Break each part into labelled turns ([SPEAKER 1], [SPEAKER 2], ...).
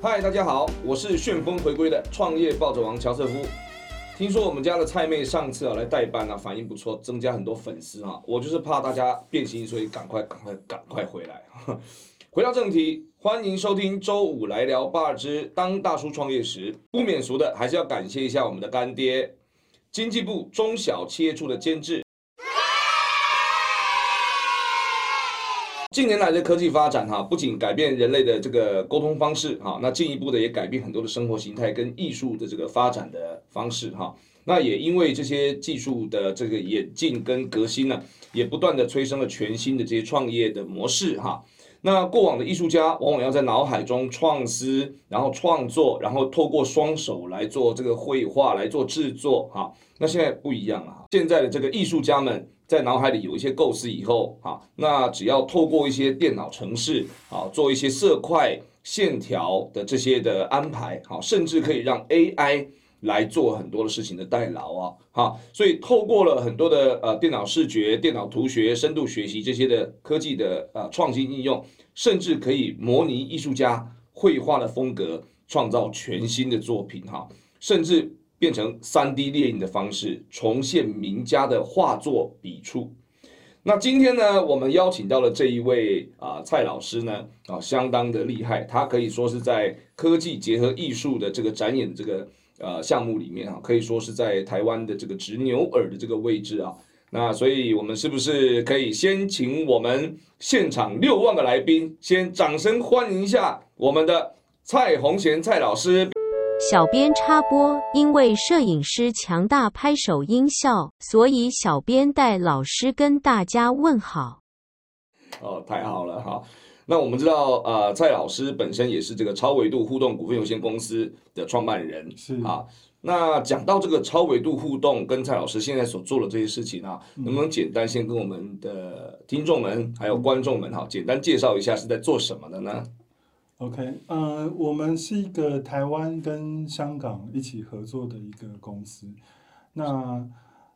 [SPEAKER 1] 嗨，大家好，我是旋风回归的创业暴走王乔瑟夫。听说我们家的菜妹上次啊来代班啊，反应不错，增加很多粉丝啊。我就是怕大家变心，所以赶快赶快赶快回来。 回到正题，欢迎收听周五来聊吧之当大叔创业时，不免俗的还是要感谢一下我们的干爹，经济部中小企业处的监制。近年来的科技发展哈、不仅改变人类的这个沟通方式哈、那进一步的也改变很多的生活形态跟艺术的这个发展的方式哈、那也因为这些技术的这个演进跟革新呢，也不断的催生了全新的这些创业的模式哈、那过往的艺术家往往要在脑海中创思，然后创作，然后透过双手来做这个绘画，来做制作哈、那现在不一样了哈，现在的这个艺术家们在脑海里有一些构思以后哈、那只要透过一些电脑程式啊，做一些色块、线条的这些的安排好、甚至可以让 AI。来做很多的事情的代劳啊，哈、所以透过了很多的呃电脑视觉、电脑图学、深度学习这些的科技的呃创新应用，甚至可以模拟艺术家绘画的风格，创造全新的作品哈、甚至变成 3D 列印的方式，重现名家的画作笔触。那今天呢，我们邀请到了这一位啊、蔡老师呢，啊相当的厉害，他可以说是在科技结合艺术的这个展演的这个呃项目里面啊，可以说是在台湾的这个直牛耳的这个位置啊。那所以我们是不是可以先请我们现场六万个来宾，先掌声欢迎一下我们的蔡红贤蔡老师？
[SPEAKER 2] 小编插播，因为摄影师强大拍手音效，所以小编带老师跟大家问好。
[SPEAKER 1] 哦，太好了哈。那我们知道，呃，蔡老师本身也是这个超维度互动股份有限公司的创办人，
[SPEAKER 3] 是
[SPEAKER 1] 啊。那讲到这个超维度互动跟蔡老师现在所做的这些事情啊，
[SPEAKER 3] 嗯
[SPEAKER 1] 能不能简单先跟我们的听众们还有观众们哈、简单介绍一下是在做什么的呢？
[SPEAKER 3] OK，呃，我们是一个台湾跟香港一起合作的一个公司，那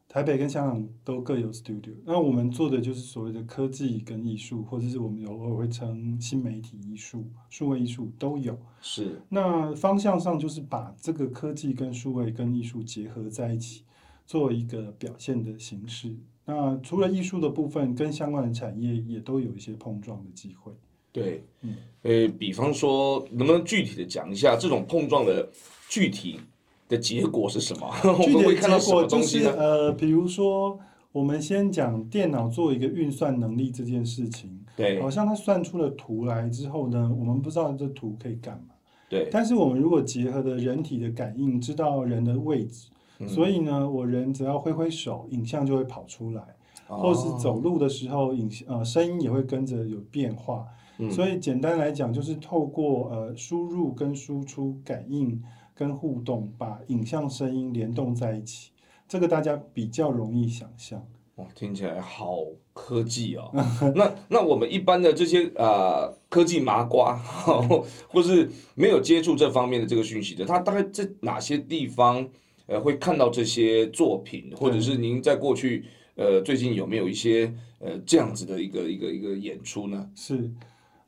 [SPEAKER 3] 台北跟香港都各有 studio。那我们做的就是所谓的科技跟艺术，或者是我们有偶尔会称新媒体艺术、数位艺术都有。
[SPEAKER 1] 是
[SPEAKER 3] 那方向上就是把这个科技跟数位跟艺术结合在一起，做一个表现的形式。那除了艺术的部分，跟相关的产业也都有一些碰撞的机会。
[SPEAKER 1] 对，
[SPEAKER 3] 嗯
[SPEAKER 1] 呃，比方说，能不能具体的讲一下这种碰撞的具体的结果是什么？ 我
[SPEAKER 3] 具
[SPEAKER 1] 们
[SPEAKER 3] 体
[SPEAKER 1] 会
[SPEAKER 3] 的
[SPEAKER 1] 看到
[SPEAKER 3] 结
[SPEAKER 1] 什么
[SPEAKER 3] 果
[SPEAKER 1] 东
[SPEAKER 3] 就
[SPEAKER 1] 西
[SPEAKER 3] 是
[SPEAKER 1] 呢？
[SPEAKER 3] 呃，比如说，我们先讲电脑做一个运算能力这件事情，
[SPEAKER 1] 对
[SPEAKER 3] 好像它算出了图来之后呢，我们不知道这图可以干嘛，
[SPEAKER 1] 对，
[SPEAKER 3] 但是我们如果结合了人体的感应，知道人的位置，
[SPEAKER 1] 嗯
[SPEAKER 3] 所以呢，我人只要挥挥手，影像就会跑出来，
[SPEAKER 1] 哦
[SPEAKER 3] 或是走路的时候，影呃声音也会跟着有变化。
[SPEAKER 1] 嗯
[SPEAKER 3] 所以简单来讲，就是透过呃输入跟输出感应跟互动，把影像、声音联动在一起，这个大家比较容易想象。
[SPEAKER 1] 哇，听起来好科技哦。 那那我们一般的这些呃科技麻瓜， 或是没有接触这方面的这个讯息的，他大概在哪些地方呃会看到这些作品，或者是您在过去呃最近有没有一些呃这样子的一个一个一个演出呢？
[SPEAKER 3] 是，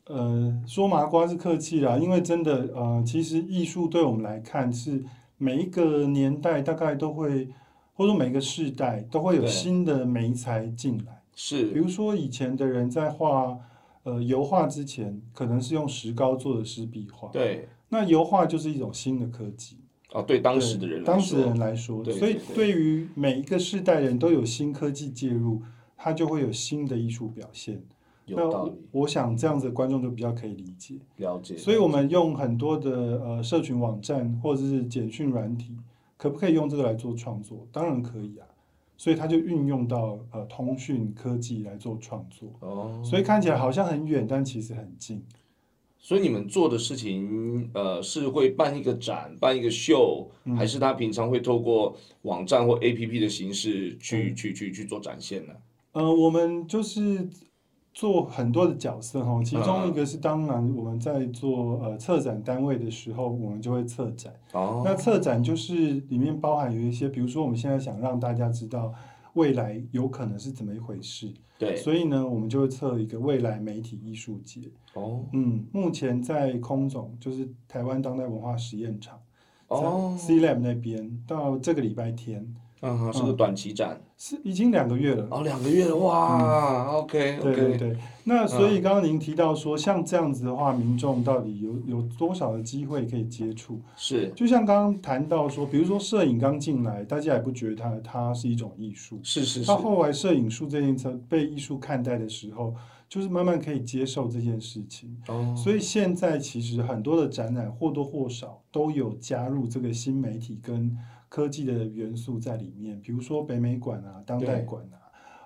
[SPEAKER 3] 呃，说麻瓜是客气啦，因为真的，呃，其实艺术对我们来看是每一个年代大概都会，或者说每个世代都会有
[SPEAKER 1] 对
[SPEAKER 3] 新的媒材进来。比
[SPEAKER 1] 是
[SPEAKER 3] 如说以前的人在画，呃，油画之前可能是用石膏做的湿壁画，
[SPEAKER 1] 对
[SPEAKER 3] 那油画就是一种新的科技。
[SPEAKER 1] 啊，对当
[SPEAKER 3] 对
[SPEAKER 1] 时的人来
[SPEAKER 3] 当时
[SPEAKER 1] 说
[SPEAKER 3] 的人来说，
[SPEAKER 1] 对
[SPEAKER 3] 所以
[SPEAKER 1] 对
[SPEAKER 3] 对于每一个世代人都有新科技介入，它就会有新的艺术表现。
[SPEAKER 1] 有
[SPEAKER 3] 那
[SPEAKER 1] 道
[SPEAKER 3] 我
[SPEAKER 1] 理，
[SPEAKER 3] 我想这样子观众就比较可以理解。
[SPEAKER 1] 了解。
[SPEAKER 3] 所以我们用很多的呃社群网站或者是简讯软体，可不可以用这个来做创作？当然可以啊。所以它就运用到呃通讯科技来做创作，
[SPEAKER 1] 哦，
[SPEAKER 3] 所以看起来好像很远，但其实很近。
[SPEAKER 1] 所以你们做的事情，呃，是会办一个展、办一个秀，
[SPEAKER 3] 嗯
[SPEAKER 1] 还是他平常会透过网站或 APP 的形式去、
[SPEAKER 3] 嗯
[SPEAKER 1] 去去去做展现呢？
[SPEAKER 3] 呃，我们就是做很多的角色哈，其
[SPEAKER 1] 嗯
[SPEAKER 3] 中一个是当然我们在做呃策展单位的时候，我们就会策展。
[SPEAKER 1] 哦，
[SPEAKER 3] 那策展就是里面包含有一些，比如说我们现在想让大家知道未来有可能是怎么一回事。
[SPEAKER 1] 对，
[SPEAKER 3] 所以呢，我们就会测一个未来媒体艺术节。
[SPEAKER 1] 哦
[SPEAKER 3] 嗯，目前在空总，就是台湾当代文化实验场，在
[SPEAKER 1] 哦，
[SPEAKER 3] C Lab 那边，到这个礼拜天
[SPEAKER 1] 嗯哼，是个短期展，
[SPEAKER 3] 是已经两个月了。
[SPEAKER 1] 哦，两个月了哇，OK
[SPEAKER 3] 嗯对对
[SPEAKER 1] OK，嗯
[SPEAKER 3] 对，那所以刚刚您提到说，像这样子的话，民众到底有有多少的机会可以接触？
[SPEAKER 1] 是
[SPEAKER 3] 就像刚刚谈到说，比如说摄影刚进来，大家也不觉得它它是一种艺术。
[SPEAKER 1] 是是是
[SPEAKER 3] 到，后来摄影术这件事被艺术看待的时候，就是慢慢可以接受这件事情。
[SPEAKER 1] 哦
[SPEAKER 3] 所以现在其实很多的展览或多或少都有加入这个新媒体跟科技的元素在里面，比如说北美馆啊、当代馆啊，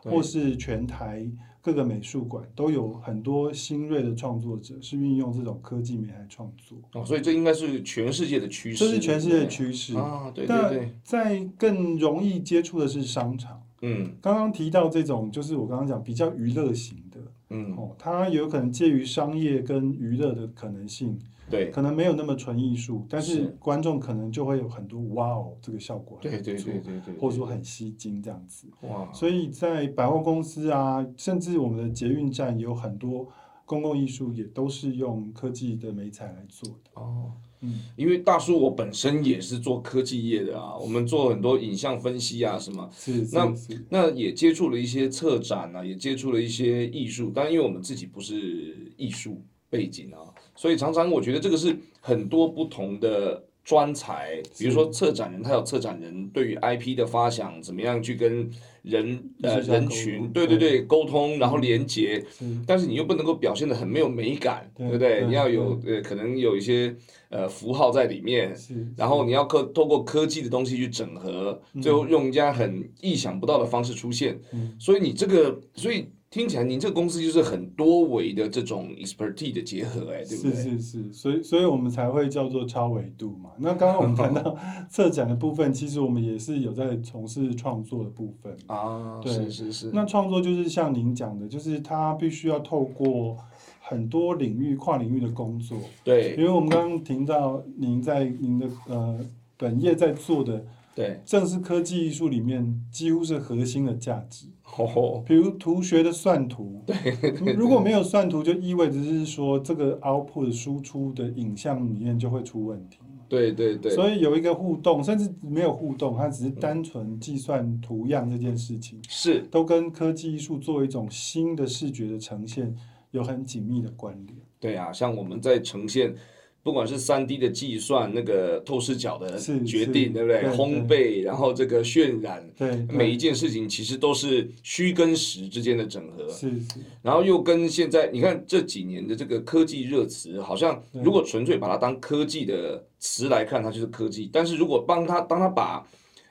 [SPEAKER 1] 对
[SPEAKER 3] 或是全台各个美术馆都有很多新锐的创作者是运用这种科技媒来创作，
[SPEAKER 1] 哦，所以这应该是全世界的趋势，
[SPEAKER 3] 这是全世界的趋
[SPEAKER 1] 对
[SPEAKER 3] 势
[SPEAKER 1] 不对。啊，对对对，
[SPEAKER 3] 但在更容易接触的是商场。
[SPEAKER 1] 嗯
[SPEAKER 3] 刚刚提到这种，就是我刚刚讲比较娱乐型的
[SPEAKER 1] 嗯，
[SPEAKER 3] 哦，它有可能介于商业跟娱乐的可能性，
[SPEAKER 1] 对
[SPEAKER 3] 可能没有那么纯艺术，但
[SPEAKER 1] 是
[SPEAKER 3] 是观众可能就会有很多哇哦这个效果，
[SPEAKER 1] 对对对对，对，啊对
[SPEAKER 3] 或者说很吸睛这样子。
[SPEAKER 1] 哇，
[SPEAKER 3] 所以在百货公司啊，甚至我们的捷运站有很多公共艺术也都是用科技的美材来做的。
[SPEAKER 1] 哦，
[SPEAKER 3] 嗯，
[SPEAKER 1] 因为大叔我本身也是做科技业的啊，我们做很多影像分析啊什么，
[SPEAKER 3] 是是
[SPEAKER 1] 那
[SPEAKER 3] 是，
[SPEAKER 1] 那也接触了一些策展啊，也接触了一些艺术，但因为我们自己不是艺术背景啊，所以常常我觉得这个是很多不同的专才，比如说策展人，他有策展人对于 IP 的发想，怎么样去跟人呃
[SPEAKER 3] 艺术家沟
[SPEAKER 1] 人
[SPEAKER 3] 通嗯
[SPEAKER 1] 群，对对对，沟通，然后连接，
[SPEAKER 3] 是
[SPEAKER 1] 但是你又不能够表现得很没有美感，
[SPEAKER 3] 对
[SPEAKER 1] 对不对？
[SPEAKER 3] 对
[SPEAKER 1] 你要有呃可能有一些呃符号在里面，
[SPEAKER 3] 是，
[SPEAKER 1] 然后你要科透过科技的东西去整合，最后用一家很意想不到的方式出现。
[SPEAKER 3] 嗯
[SPEAKER 1] 所以你这个，所以听起来您这个公司就是很多维的这种 expertise 的结合、哎，对不
[SPEAKER 3] 是
[SPEAKER 1] 对？
[SPEAKER 3] 是是，所以所以我们才会叫做超维度嘛。那刚刚我们 谈到策展的部分，其实我们也是有在从事创作的部分。
[SPEAKER 1] 啊，
[SPEAKER 3] 对
[SPEAKER 1] 是是是，
[SPEAKER 3] 那创作就是像您讲的，就是它必须要透过很多领域、跨领域的工作，因
[SPEAKER 1] 对
[SPEAKER 3] 为我们刚刚听到您在您的呃本业在做的，
[SPEAKER 1] 对，
[SPEAKER 3] 正是科技艺术里面几乎是核心的价值。
[SPEAKER 1] 哦，
[SPEAKER 3] 比如图学的算图，对，如果没有算图，就意味着是说这个 output 的输出的影像里面就会出问题。
[SPEAKER 1] 对对对，
[SPEAKER 3] 所以有一个互动，甚至没有互动，它只是单纯计算图样这件事情，
[SPEAKER 1] 是
[SPEAKER 3] 都跟科技艺术作为一种新的视觉的呈现有很紧密的关联。
[SPEAKER 1] 对啊，像我们在呈现，不管是三 D 的计算，那个透视角的
[SPEAKER 3] 是
[SPEAKER 1] 决
[SPEAKER 3] 是
[SPEAKER 1] 定，对不对？
[SPEAKER 3] 对
[SPEAKER 1] 烘焙，然后这个渲染，
[SPEAKER 3] 对，对
[SPEAKER 1] 每一件事情其实都是虚跟实之间的整合。
[SPEAKER 3] 是是
[SPEAKER 1] 然后又跟现在你看这几年的这个科技热词，好像
[SPEAKER 3] 对
[SPEAKER 1] 如果纯粹把它当科技的词来看，它就是科技；但是如果帮它当它把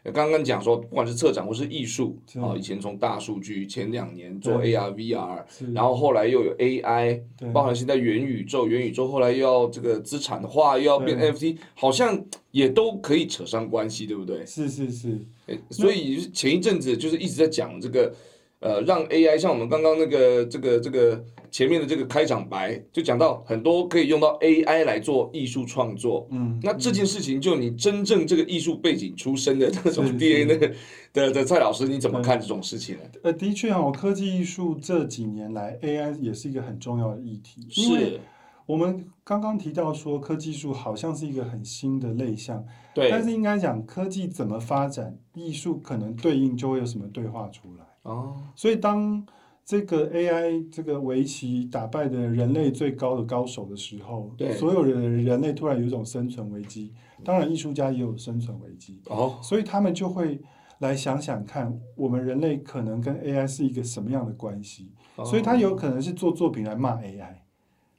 [SPEAKER 1] 呃刚刚讲说，不管是策展或是艺术，
[SPEAKER 3] 是
[SPEAKER 1] 啊、以前从大数据，前两年做
[SPEAKER 3] 对
[SPEAKER 1] AR、VR，
[SPEAKER 3] 是，
[SPEAKER 1] 然后后来又有 AI，
[SPEAKER 3] 对
[SPEAKER 1] 包含现在元宇宙，元宇宙后来又要这个资产化，又要变
[SPEAKER 3] 对
[SPEAKER 1] NFT，好像也都可以扯上关系，对不对？
[SPEAKER 3] 是是是，
[SPEAKER 1] 诶所以前一阵子就是一直在讲这个，呃，让 AI 像我们刚刚那个这个这个前面的这个开场白，就讲到很多可以用到 AI 来做艺术创作。
[SPEAKER 3] 嗯，
[SPEAKER 1] 那这件事情，就你真正这个艺术背景出身的那
[SPEAKER 3] 是
[SPEAKER 1] 种
[SPEAKER 3] 是
[SPEAKER 1] DNA 的的的蔡老师，你怎么看这种事情呢？
[SPEAKER 3] 呃，的确哦，科技艺术这几年来，AI 也是一个很重要的议题，因为
[SPEAKER 1] 是，
[SPEAKER 3] 我们刚刚提到说，科技术好像是一个很新的类项，
[SPEAKER 1] 对，
[SPEAKER 3] 但是应该讲科技怎么发展，艺术可能对应就会有什么对话出来。
[SPEAKER 1] 哦，
[SPEAKER 3] 所以当这个 AI 这个围棋打败的人类最高的高手的时候
[SPEAKER 1] 对，
[SPEAKER 3] 所有的人类突然有一种生存危机，当然艺术家也有生存危机，
[SPEAKER 1] 哦，
[SPEAKER 3] 所以他们就会来想想看，我们人类可能跟 AI 是一个什么样的关系。
[SPEAKER 1] 哦
[SPEAKER 3] 所以他有可能是做作品来骂 AI，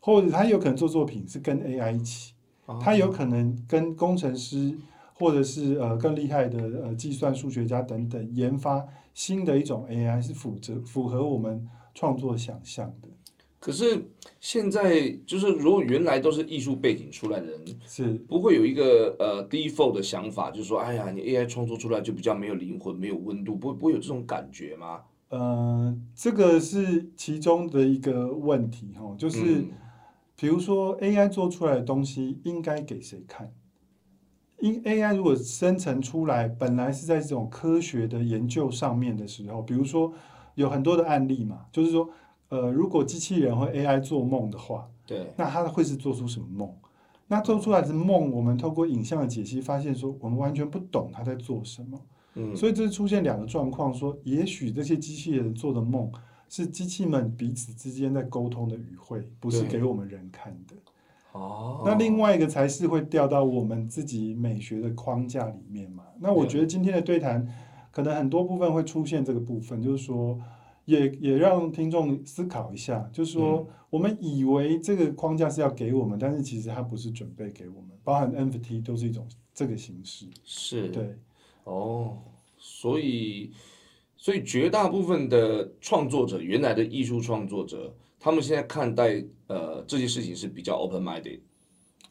[SPEAKER 3] 或者他有可能做作品是跟 AI 一起，
[SPEAKER 1] 哦
[SPEAKER 3] 他有可能跟工程师或者是呃更厉害的呃计算数学家等等研发新的一种 AI 是符合符合我们创作想象的，
[SPEAKER 1] 可是现在就是，如果原来都是艺术背景出来的人，
[SPEAKER 3] 是
[SPEAKER 1] 不会有一个呃 default 的想法，就是说，哎呀，你 AI 创作出来就比较没有灵魂、没有温度，不会不会有这种感觉吗？
[SPEAKER 3] 呃这个是其中的一个问题哈，就是。
[SPEAKER 1] 嗯
[SPEAKER 3] 比如说 AI 做出来的东西应该给谁看？因 AI 如果生成出来，本来是在这种科学的研究上面的时候，比如说有很多的案例嘛，就是说，呃，如果机器人和 AI 做梦的话，
[SPEAKER 1] 对，
[SPEAKER 3] 那它会是做出什么梦？那做出来的梦，我们透过影像的解析发现说，我们完全不懂它在做什么。
[SPEAKER 1] 嗯，
[SPEAKER 3] 所以这出现两个状况，说也许这些机器人做的梦是机器们彼此之间在沟通的语汇，不是
[SPEAKER 1] 对
[SPEAKER 3] 给我们人看的。
[SPEAKER 1] 哦
[SPEAKER 3] 那另外一个才是会掉到我们自己美学的框架里面嘛。那我觉得今天的对谈，可能很多部分会出现这个部分，就是说，也也让听众思考一下，就是说，我们以为这个框架是要给我们，但是其实它不是准备给我们，包含 NFT 都是一种这个形式。
[SPEAKER 1] 是
[SPEAKER 3] 对，
[SPEAKER 1] 哦，所以所以绝大部分的创作者，原来的艺术创作者，他们现在看待呃这些事情是比较 open minded，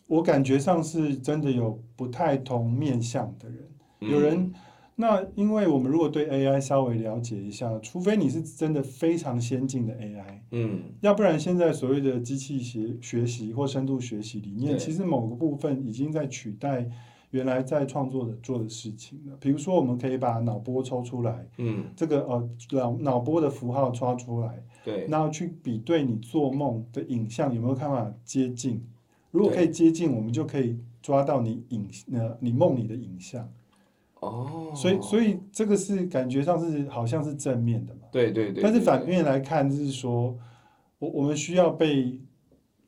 [SPEAKER 3] 我感觉上是真的有不太同面向的人，
[SPEAKER 1] 嗯
[SPEAKER 3] 有人。那因为我们如果对 AI 稍微了解一下，除非你是真的非常先进的 AI，
[SPEAKER 1] 嗯，
[SPEAKER 3] 要不然现在所谓的机器学学习或深度学习里面，
[SPEAKER 1] 对
[SPEAKER 3] 其实某个部分已经在取代原来在创作者做的事情了。比如说，我们可以把脑波抽出来，
[SPEAKER 1] 嗯，
[SPEAKER 3] 这个呃脑脑波的符号抓出来，
[SPEAKER 1] 对，
[SPEAKER 3] 然后去比对你做梦的影像有没有办法接近。如果
[SPEAKER 1] 对
[SPEAKER 3] 可以接近，我们就可以抓到你影呃你梦里的影像。
[SPEAKER 1] 哦，
[SPEAKER 3] 所以所以这个是感觉上是好像是正面的嘛。
[SPEAKER 1] 对对对，
[SPEAKER 3] 但是
[SPEAKER 1] 对
[SPEAKER 3] 反
[SPEAKER 1] 对
[SPEAKER 3] 面来看，就是说，我我们需要被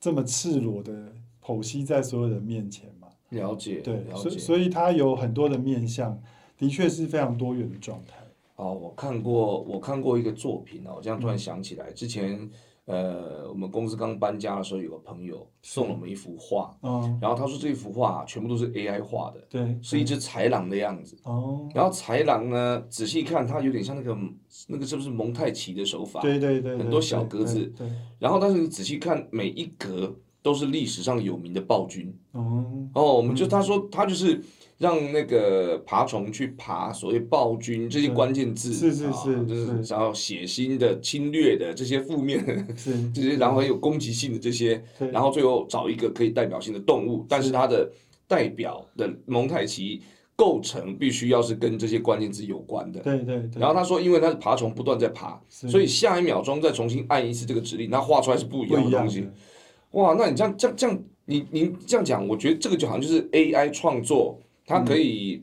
[SPEAKER 3] 这么赤裸的剖析在所有人面前嘛？
[SPEAKER 1] 了解，
[SPEAKER 3] 对，
[SPEAKER 1] 了
[SPEAKER 3] 所以
[SPEAKER 1] 解。
[SPEAKER 3] 所以它有很多的面向，的确是非常多元的状态。
[SPEAKER 1] 哦，我看过，我看过一个作品哦，我这样突然想起来，之前呃，我们公司刚搬家的时候，有个朋友送了我们一幅画，
[SPEAKER 3] 嗯，
[SPEAKER 1] 然后他说这幅画啊全部都是 AI 画的，
[SPEAKER 3] 对，嗯
[SPEAKER 1] 是一只豺狼的样子。
[SPEAKER 3] 哦，
[SPEAKER 1] 然后豺狼呢，仔细看它有点像那个那个是不是蒙太奇的手法？
[SPEAKER 3] 对对对，
[SPEAKER 1] 很
[SPEAKER 3] 对
[SPEAKER 1] 多小
[SPEAKER 3] 对
[SPEAKER 1] 格子
[SPEAKER 3] 对，对
[SPEAKER 1] 然后但是你仔细看每一格都是历史上有名的暴君。
[SPEAKER 3] 嗯，
[SPEAKER 1] 哦，我们就他说他就是让那个爬虫去爬所谓暴君这些关键字，
[SPEAKER 3] 嗯是是
[SPEAKER 1] 啊
[SPEAKER 3] 是
[SPEAKER 1] 就是
[SPEAKER 3] 是嗯
[SPEAKER 1] 然后血腥的、侵略的这些负面 的
[SPEAKER 3] 是，
[SPEAKER 1] 这些，然后还有攻击性的这些，
[SPEAKER 3] 对
[SPEAKER 1] 然后最后找一个可以代表性的动物，但是它的代表的蒙太奇构成必须要是跟这些关键字有关的。
[SPEAKER 3] 对对对，
[SPEAKER 1] 然后他说，因为它是爬虫不断在爬，
[SPEAKER 3] 是
[SPEAKER 1] 所以下一秒钟再重新按一次这个指令，那画出来是不一
[SPEAKER 3] 不
[SPEAKER 1] 样
[SPEAKER 3] 一
[SPEAKER 1] 的
[SPEAKER 3] 样
[SPEAKER 1] 东西。哇，那你这样这样这样，你您这样讲，我觉得这个就好像就是 AI 创作，它
[SPEAKER 3] 嗯
[SPEAKER 1] 可以，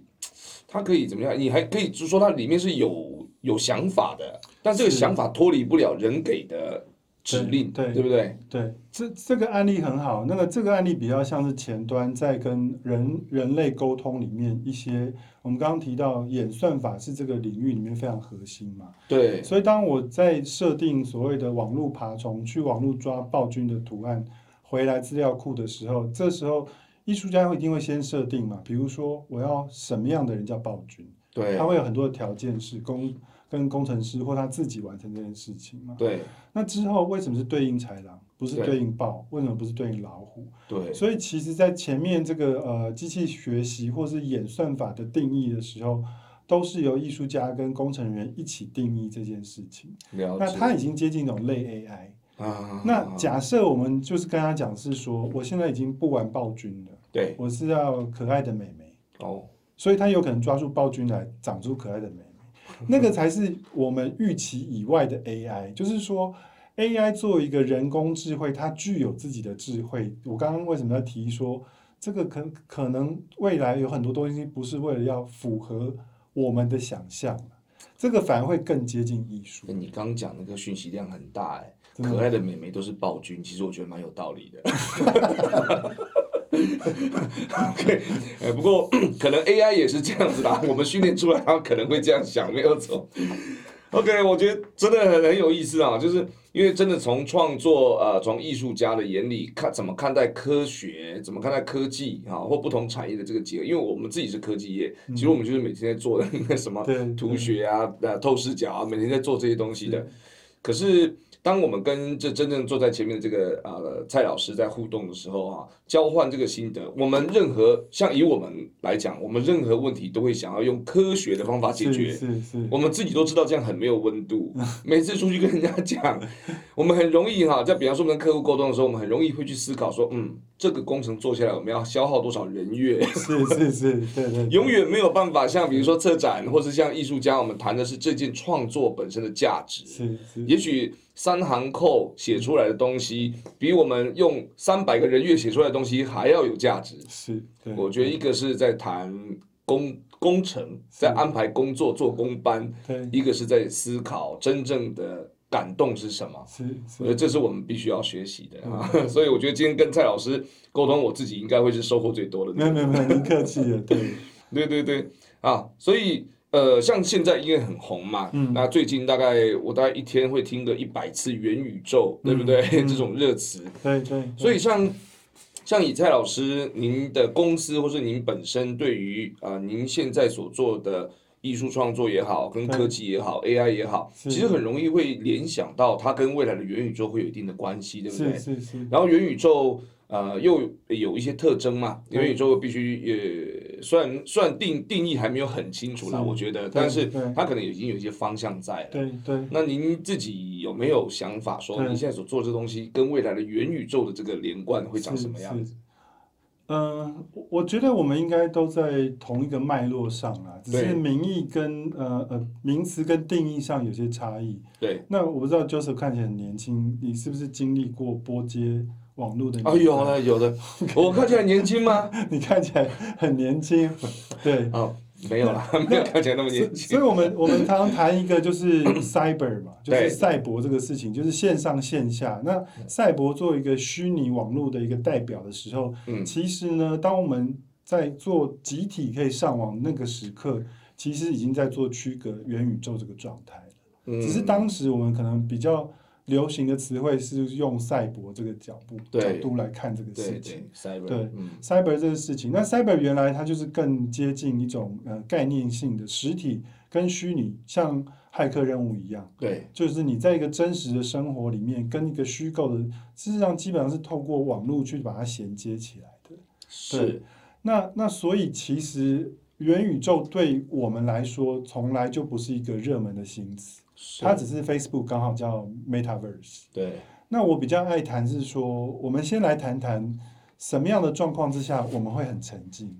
[SPEAKER 1] 它可以怎么样？你还可以就是说它里面是有有想法的，但这个
[SPEAKER 3] 是
[SPEAKER 1] 想法脱离不了人给的指令，
[SPEAKER 3] 对对
[SPEAKER 1] 不对？
[SPEAKER 3] 对，这这个案例很好。那个这个案例比较像是前端在跟人人类沟通里面一些，我们刚刚提到演算法是这个领域里面非常核心嘛。
[SPEAKER 1] 对，
[SPEAKER 3] 所以当我在设定所谓的网络爬虫去网络抓暴君的图案回来资料库的时候，这时候艺术家会一定会先设定嘛，比如说我要什么样的人叫暴君，
[SPEAKER 1] 对
[SPEAKER 3] 他，会有很多的条件是工跟工程师或他自己完成这件事情嘛。
[SPEAKER 1] 对，
[SPEAKER 3] 那之后为什么是对应豺狼，不是
[SPEAKER 1] 对
[SPEAKER 3] 对应豹？为什么不是对应老虎？
[SPEAKER 1] 对，
[SPEAKER 3] 所以其实，在前面这个呃机器学习或是演算法的定义的时候，都是由艺术家跟工程人员一起定义这件事情。
[SPEAKER 1] 了
[SPEAKER 3] 那
[SPEAKER 1] 解。
[SPEAKER 3] 它已经接近一种类 AI。
[SPEAKER 1] 啊，
[SPEAKER 3] 那假设我们就是跟他讲是说，我现在已经不玩暴君了，
[SPEAKER 1] 对
[SPEAKER 3] 我是要可爱的美眉，
[SPEAKER 1] 哦，
[SPEAKER 3] 所以他有可能抓住暴君来长出可爱的美眉，那个才是我们预期以外的 AI。就是说，AI 作为一个人工智慧，它具有自己的智慧。我刚刚为什么要提说，这个可可能未来有很多东西不是为了要符合我们的想象，这个反而会更接近艺术
[SPEAKER 1] 那。你刚讲那个讯息量很大哎、
[SPEAKER 3] 真的
[SPEAKER 1] 可爱的美眉都是暴君，其实我觉得蛮有道 理的。OK，哎，不过可能 AI 也是这样子啦，我们训练出来，它可能会这样想，没有错。OK，我觉得真的很很有意思啊，就是因为真的从创作呃，从艺术家的眼里看怎么看待科学，怎么看待科技啊，或不同产业的这个结合，因为我们自己是科技业，其实我们就是每天在做 那个什么
[SPEAKER 3] 对
[SPEAKER 1] 图
[SPEAKER 3] 对
[SPEAKER 1] 学啊、呃透视角啊，每天在做这些东西的。可是当我们跟这真正坐在前面的这个呃蔡老师在互动的时候啊，交换这个心得，我们任何像以我们来讲，我们任何问题都会想要用科学的方法解
[SPEAKER 3] 是
[SPEAKER 1] 决。
[SPEAKER 3] 是是，
[SPEAKER 1] 我们自己都知道这样很没有温 度。每次出去跟人家讲，我们很容易哈，在比方说我们跟客户沟通的时候，我们很容易会去思考说，嗯，这个工程做下来我们要消耗多少人 月，
[SPEAKER 3] 是是是，对对，
[SPEAKER 1] 永远没有办法像比如说策展或是像艺术家，我们谈的是这件创作本身的价值。
[SPEAKER 3] 是是
[SPEAKER 1] 也许三行扣写出来的东西，比我们用三百个人月写出来的东西还要有价值。
[SPEAKER 3] 是，对，
[SPEAKER 1] 我觉得一个是在谈工工程，在安排工作做工班，
[SPEAKER 3] 对
[SPEAKER 1] 一个是在思考真正的感动是什么。
[SPEAKER 3] 是
[SPEAKER 1] 我觉得
[SPEAKER 3] 是，
[SPEAKER 1] 这是我们必须要学习的啊， 所以我觉得今天跟蔡老师沟通，我自己应该会是收获最多的那
[SPEAKER 3] 没
[SPEAKER 1] 个
[SPEAKER 3] 有。没有没有，您客气了，对，
[SPEAKER 1] 对对对啊，所以呃，像现在因为很红嘛，
[SPEAKER 3] 嗯
[SPEAKER 1] 那最近大概我大概一天会听个一百次元宇宙，对不对？
[SPEAKER 3] 嗯
[SPEAKER 1] 这种热词，
[SPEAKER 3] 对对，
[SPEAKER 1] 所以像像以蔡老师，您的公司或是您本身对于啊、呃您现在所做的艺术创作也好，跟科技也好，AI 也好，
[SPEAKER 3] 是
[SPEAKER 1] 其实很容易会联想到它跟未来的元宇宙会有一定的关系，对不对
[SPEAKER 3] 是？是是，
[SPEAKER 1] 然后元宇宙呃又有一些特征嘛，
[SPEAKER 3] 对
[SPEAKER 1] 元宇宙必须呃虽然虽然定定义还没有很清楚啦，
[SPEAKER 3] 是
[SPEAKER 1] 我觉得，
[SPEAKER 3] 对
[SPEAKER 1] 但是
[SPEAKER 3] 对
[SPEAKER 1] 它可能已经有一些方向在了。
[SPEAKER 3] 对对。
[SPEAKER 1] 那您自己有没有想法说，
[SPEAKER 3] 对
[SPEAKER 1] 您现在所做这东西跟未来的元宇宙的这个连贯会长
[SPEAKER 3] 是
[SPEAKER 1] 什么样子？
[SPEAKER 3] 是嗯，我我觉得我们应该都在同一个脉络上啦，只
[SPEAKER 1] 对
[SPEAKER 3] 是名义跟呃呃名词跟定义上有些差异。
[SPEAKER 1] 对，
[SPEAKER 3] 那我不知道 Joseph 看起来很年轻，你是不是经历过波接网络的年代？
[SPEAKER 1] 啊，有了有 的，我看起来年轻吗？
[SPEAKER 3] 你看起来很年轻， 对。
[SPEAKER 1] 啊，没有 啦，没有看起来那么年
[SPEAKER 3] 所所以，
[SPEAKER 1] 轻。
[SPEAKER 3] 我们我们常常谈一个就是 cyber 嘛，就
[SPEAKER 1] 对
[SPEAKER 3] 是赛博这个事情，就是线上线下。那赛博作为一个虚拟网络的一个代表的时候，
[SPEAKER 1] 嗯
[SPEAKER 3] 其实呢，当我们在做集体可以上网那个时刻，其实已经在做区隔元宇宙这个状态了。
[SPEAKER 1] 嗯
[SPEAKER 3] 只是当时我们可能比较流行的词汇是用赛博这个角度
[SPEAKER 1] 对
[SPEAKER 3] 角度来看这个
[SPEAKER 1] 对
[SPEAKER 3] 事情。
[SPEAKER 1] 对，cyber，
[SPEAKER 3] 对
[SPEAKER 1] 嗯
[SPEAKER 3] cyber 这个事情，那 cyber 原来它就是更接近一种呃概念性的实体跟虚拟，像骇客任务一样，
[SPEAKER 1] 对
[SPEAKER 3] 就是你在一个真实的生活里面跟一个虚构的，事实上基本上是透过网络去把它衔接起来的。
[SPEAKER 1] 是，
[SPEAKER 3] 那那所以其实元宇宙对我们来说从来就不是一个热门的新词，
[SPEAKER 1] 是
[SPEAKER 3] 它只是 Facebook 刚好叫 Metaverse。
[SPEAKER 1] 对
[SPEAKER 3] 那我比较爱谈是说，我们先来谈谈什么样的状况之下我们会很沉静，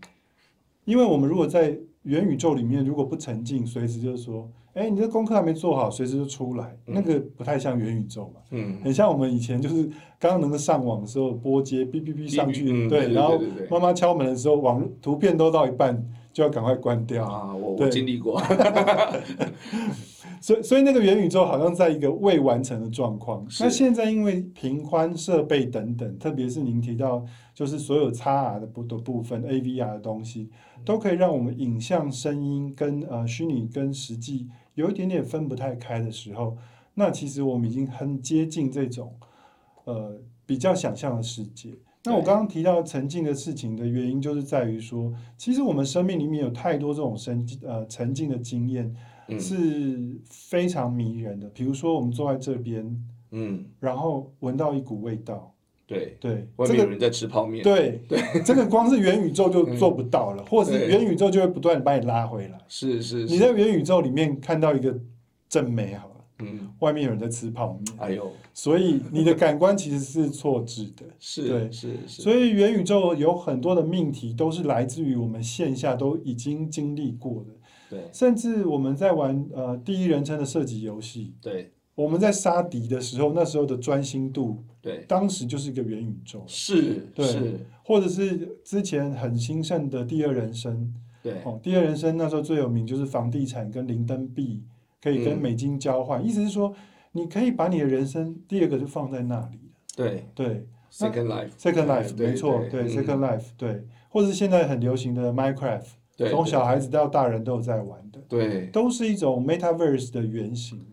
[SPEAKER 3] 因为我们如果在元宇宙里面如果不沉静，随时就是说，哎，你这功课还没做好，随时就出来，那个不太像元宇宙嘛。
[SPEAKER 1] 嗯
[SPEAKER 3] 很像我们以前就是刚刚能够上网的时候，拨接哔哔哔上
[SPEAKER 1] 嗯
[SPEAKER 3] 去，
[SPEAKER 1] 对对
[SPEAKER 3] 对，然后
[SPEAKER 1] 对对对
[SPEAKER 3] 妈妈敲门的时候，网络图片都到一半就要赶快关掉。
[SPEAKER 1] 啊，我我
[SPEAKER 3] 对
[SPEAKER 1] 经历 过，
[SPEAKER 3] 所以所以那个元宇宙好像在一个未完成的状况。
[SPEAKER 1] 是
[SPEAKER 3] 那现在因为频宽设备等等，特别是您提到就是所有 XR 的部的部分，AVR 的东西，都可以让我们影像、声音跟呃虚拟跟实际有一点点分不太开的时候，那其实我们已经很接近这种呃比较想象的世界。那我
[SPEAKER 1] 对
[SPEAKER 3] 刚刚提到沉浸的事情的原因，就是在于说，其实我们生命里面有太多这种沉呃沉浸的经验，
[SPEAKER 1] 嗯
[SPEAKER 3] 是非常迷人的。比如说，我们坐在这边，
[SPEAKER 1] 嗯，
[SPEAKER 3] 然后闻到一股味道，
[SPEAKER 1] 对，
[SPEAKER 3] 对，
[SPEAKER 1] 外
[SPEAKER 3] 这
[SPEAKER 1] 面有
[SPEAKER 3] 个
[SPEAKER 1] 人在吃泡面，
[SPEAKER 3] 对对，这个光是元宇宙就做不到了，或者是
[SPEAKER 1] 对
[SPEAKER 3] 元宇宙就会不断地把你拉回来。
[SPEAKER 1] 是是
[SPEAKER 3] 你
[SPEAKER 1] 是，
[SPEAKER 3] 在元宇宙里面看到一个正美好了，
[SPEAKER 1] 嗯，
[SPEAKER 3] 外面有人在吃泡面，
[SPEAKER 1] 哎呦，
[SPEAKER 3] 所以你的感官其实是错置的。
[SPEAKER 1] 是
[SPEAKER 3] 对
[SPEAKER 1] 是 是，
[SPEAKER 3] 所以元宇宙有很多的命题都是来自于我们线下都已经经历过的，
[SPEAKER 1] 对
[SPEAKER 3] 甚至我们在玩呃第一人称的射击游戏，
[SPEAKER 1] 对
[SPEAKER 3] 我们在杀敌的时候，那时候的专心度，
[SPEAKER 1] 对，
[SPEAKER 3] 当时就是一个元宇宙，
[SPEAKER 1] 是
[SPEAKER 3] 对
[SPEAKER 1] 是，
[SPEAKER 3] 或者是之前很兴盛的第二人生，
[SPEAKER 1] 对
[SPEAKER 3] 哦，第二人生那时候最有名就是房地产跟零登币可以跟
[SPEAKER 1] 嗯
[SPEAKER 3] 美金交换，意思是说你可以把你的人生第二个就放在那里了
[SPEAKER 1] 对
[SPEAKER 3] 对
[SPEAKER 1] ，Second Life，
[SPEAKER 3] ，Second Life
[SPEAKER 1] 对
[SPEAKER 3] 没错，
[SPEAKER 1] 对
[SPEAKER 3] 对
[SPEAKER 1] 嗯
[SPEAKER 3] Second Life 对，或者是现在很流行的 Minecraft，
[SPEAKER 1] 对，
[SPEAKER 3] 从
[SPEAKER 1] 对
[SPEAKER 3] 小孩子到大人都有在玩的，
[SPEAKER 1] 对
[SPEAKER 3] 都是一种 Metaverse 的原型，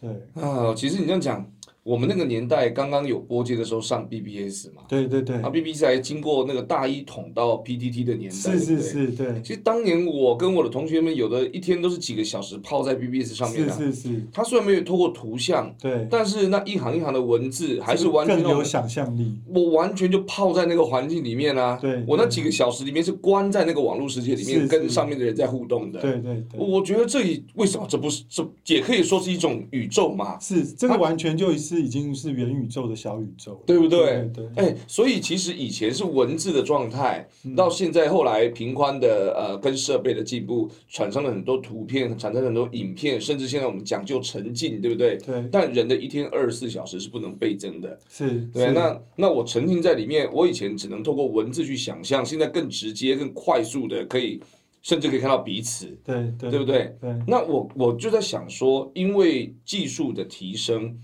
[SPEAKER 3] 对，
[SPEAKER 1] 啊，其实你这样讲，我们那个年代刚刚有波接的时候上 BBS 嘛，
[SPEAKER 3] 对对对
[SPEAKER 1] 啊，，BBS 还经过那个大一统到 PTT 的年代，对
[SPEAKER 3] 是是
[SPEAKER 1] 不对。
[SPEAKER 3] 是，对，
[SPEAKER 1] 其实当年我跟我的同学们，有的一天都是几个小时泡在 BBS 上面
[SPEAKER 3] 是
[SPEAKER 1] 的、啊。
[SPEAKER 3] 是是，
[SPEAKER 1] 它虽然没有透过图像，
[SPEAKER 3] 对，
[SPEAKER 1] 但是那一行一行的文字还是
[SPEAKER 3] 这个
[SPEAKER 1] 完全
[SPEAKER 3] 更
[SPEAKER 1] 让我
[SPEAKER 3] 有想象力，
[SPEAKER 1] 我完全就泡在那个环境里面啊。
[SPEAKER 3] 对
[SPEAKER 1] 我那几个小时里面是关在那个网络世界里
[SPEAKER 3] 是
[SPEAKER 1] 面，
[SPEAKER 3] 是
[SPEAKER 1] 跟上面的人在互动的。
[SPEAKER 3] 对对对。
[SPEAKER 1] 我觉得这里为什么这不是这也可以说是一种宇宙嘛，
[SPEAKER 3] 是，这个完全就是已经是元宇宙的小宇宙了，
[SPEAKER 1] 对不
[SPEAKER 3] 对
[SPEAKER 1] 对？
[SPEAKER 3] 对
[SPEAKER 1] 哎、所以其实以前是文字的状态，
[SPEAKER 3] 嗯
[SPEAKER 1] 到现在后来频宽的呃跟设备的进步，产生了很多图片，产生了很多影片，甚至现在我们讲究沉浸，对不对？
[SPEAKER 3] 对，
[SPEAKER 1] 但人的一天二十四小时是不能倍增的，
[SPEAKER 3] 是，
[SPEAKER 1] 对，啊
[SPEAKER 3] 是
[SPEAKER 1] 那那我沉浸在里面，我以前只能透过文字去想象，现在更直接、更快速的，可以甚至可以看到彼此，
[SPEAKER 3] 对对
[SPEAKER 1] 对不对？
[SPEAKER 3] 对
[SPEAKER 1] 那我我就在想说，因为技术的提升，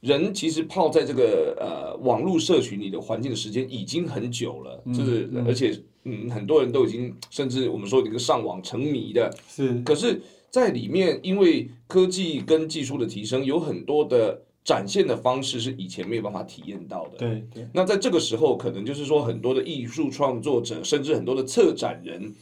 [SPEAKER 1] 人其实泡在这个呃网络社群里的环境的时间已经很久了，就是、而且嗯，很多人都已经甚至我们说一个上网沉迷的，
[SPEAKER 3] 是
[SPEAKER 1] 可是，在里面，因为科技跟技术的提升，有很多的展现的方式是以前没有办法体验到的。。
[SPEAKER 3] 对对
[SPEAKER 1] 那在这个时候，可能就是说，很多的艺术创作者，甚至很多的策展人，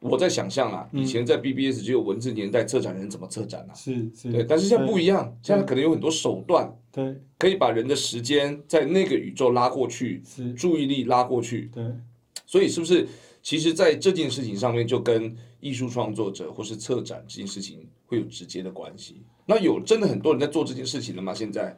[SPEAKER 1] 我在想象啊，以前在 BBS 只有文字年代，策展人怎么策展啊？
[SPEAKER 3] 是是，
[SPEAKER 1] 对，但是现在不一样，现在
[SPEAKER 3] 对
[SPEAKER 1] 可能有很多手段，
[SPEAKER 3] 对
[SPEAKER 1] 可以把人的时间在那个宇宙拉过去，
[SPEAKER 3] 是，
[SPEAKER 1] 注意力拉过去。
[SPEAKER 3] 对
[SPEAKER 1] 所以是不是，其实，在这件事情上面，就跟艺术创作者或是策展这件事情会有直接的关系？那有真的很多人在做这件事情了吗？现在？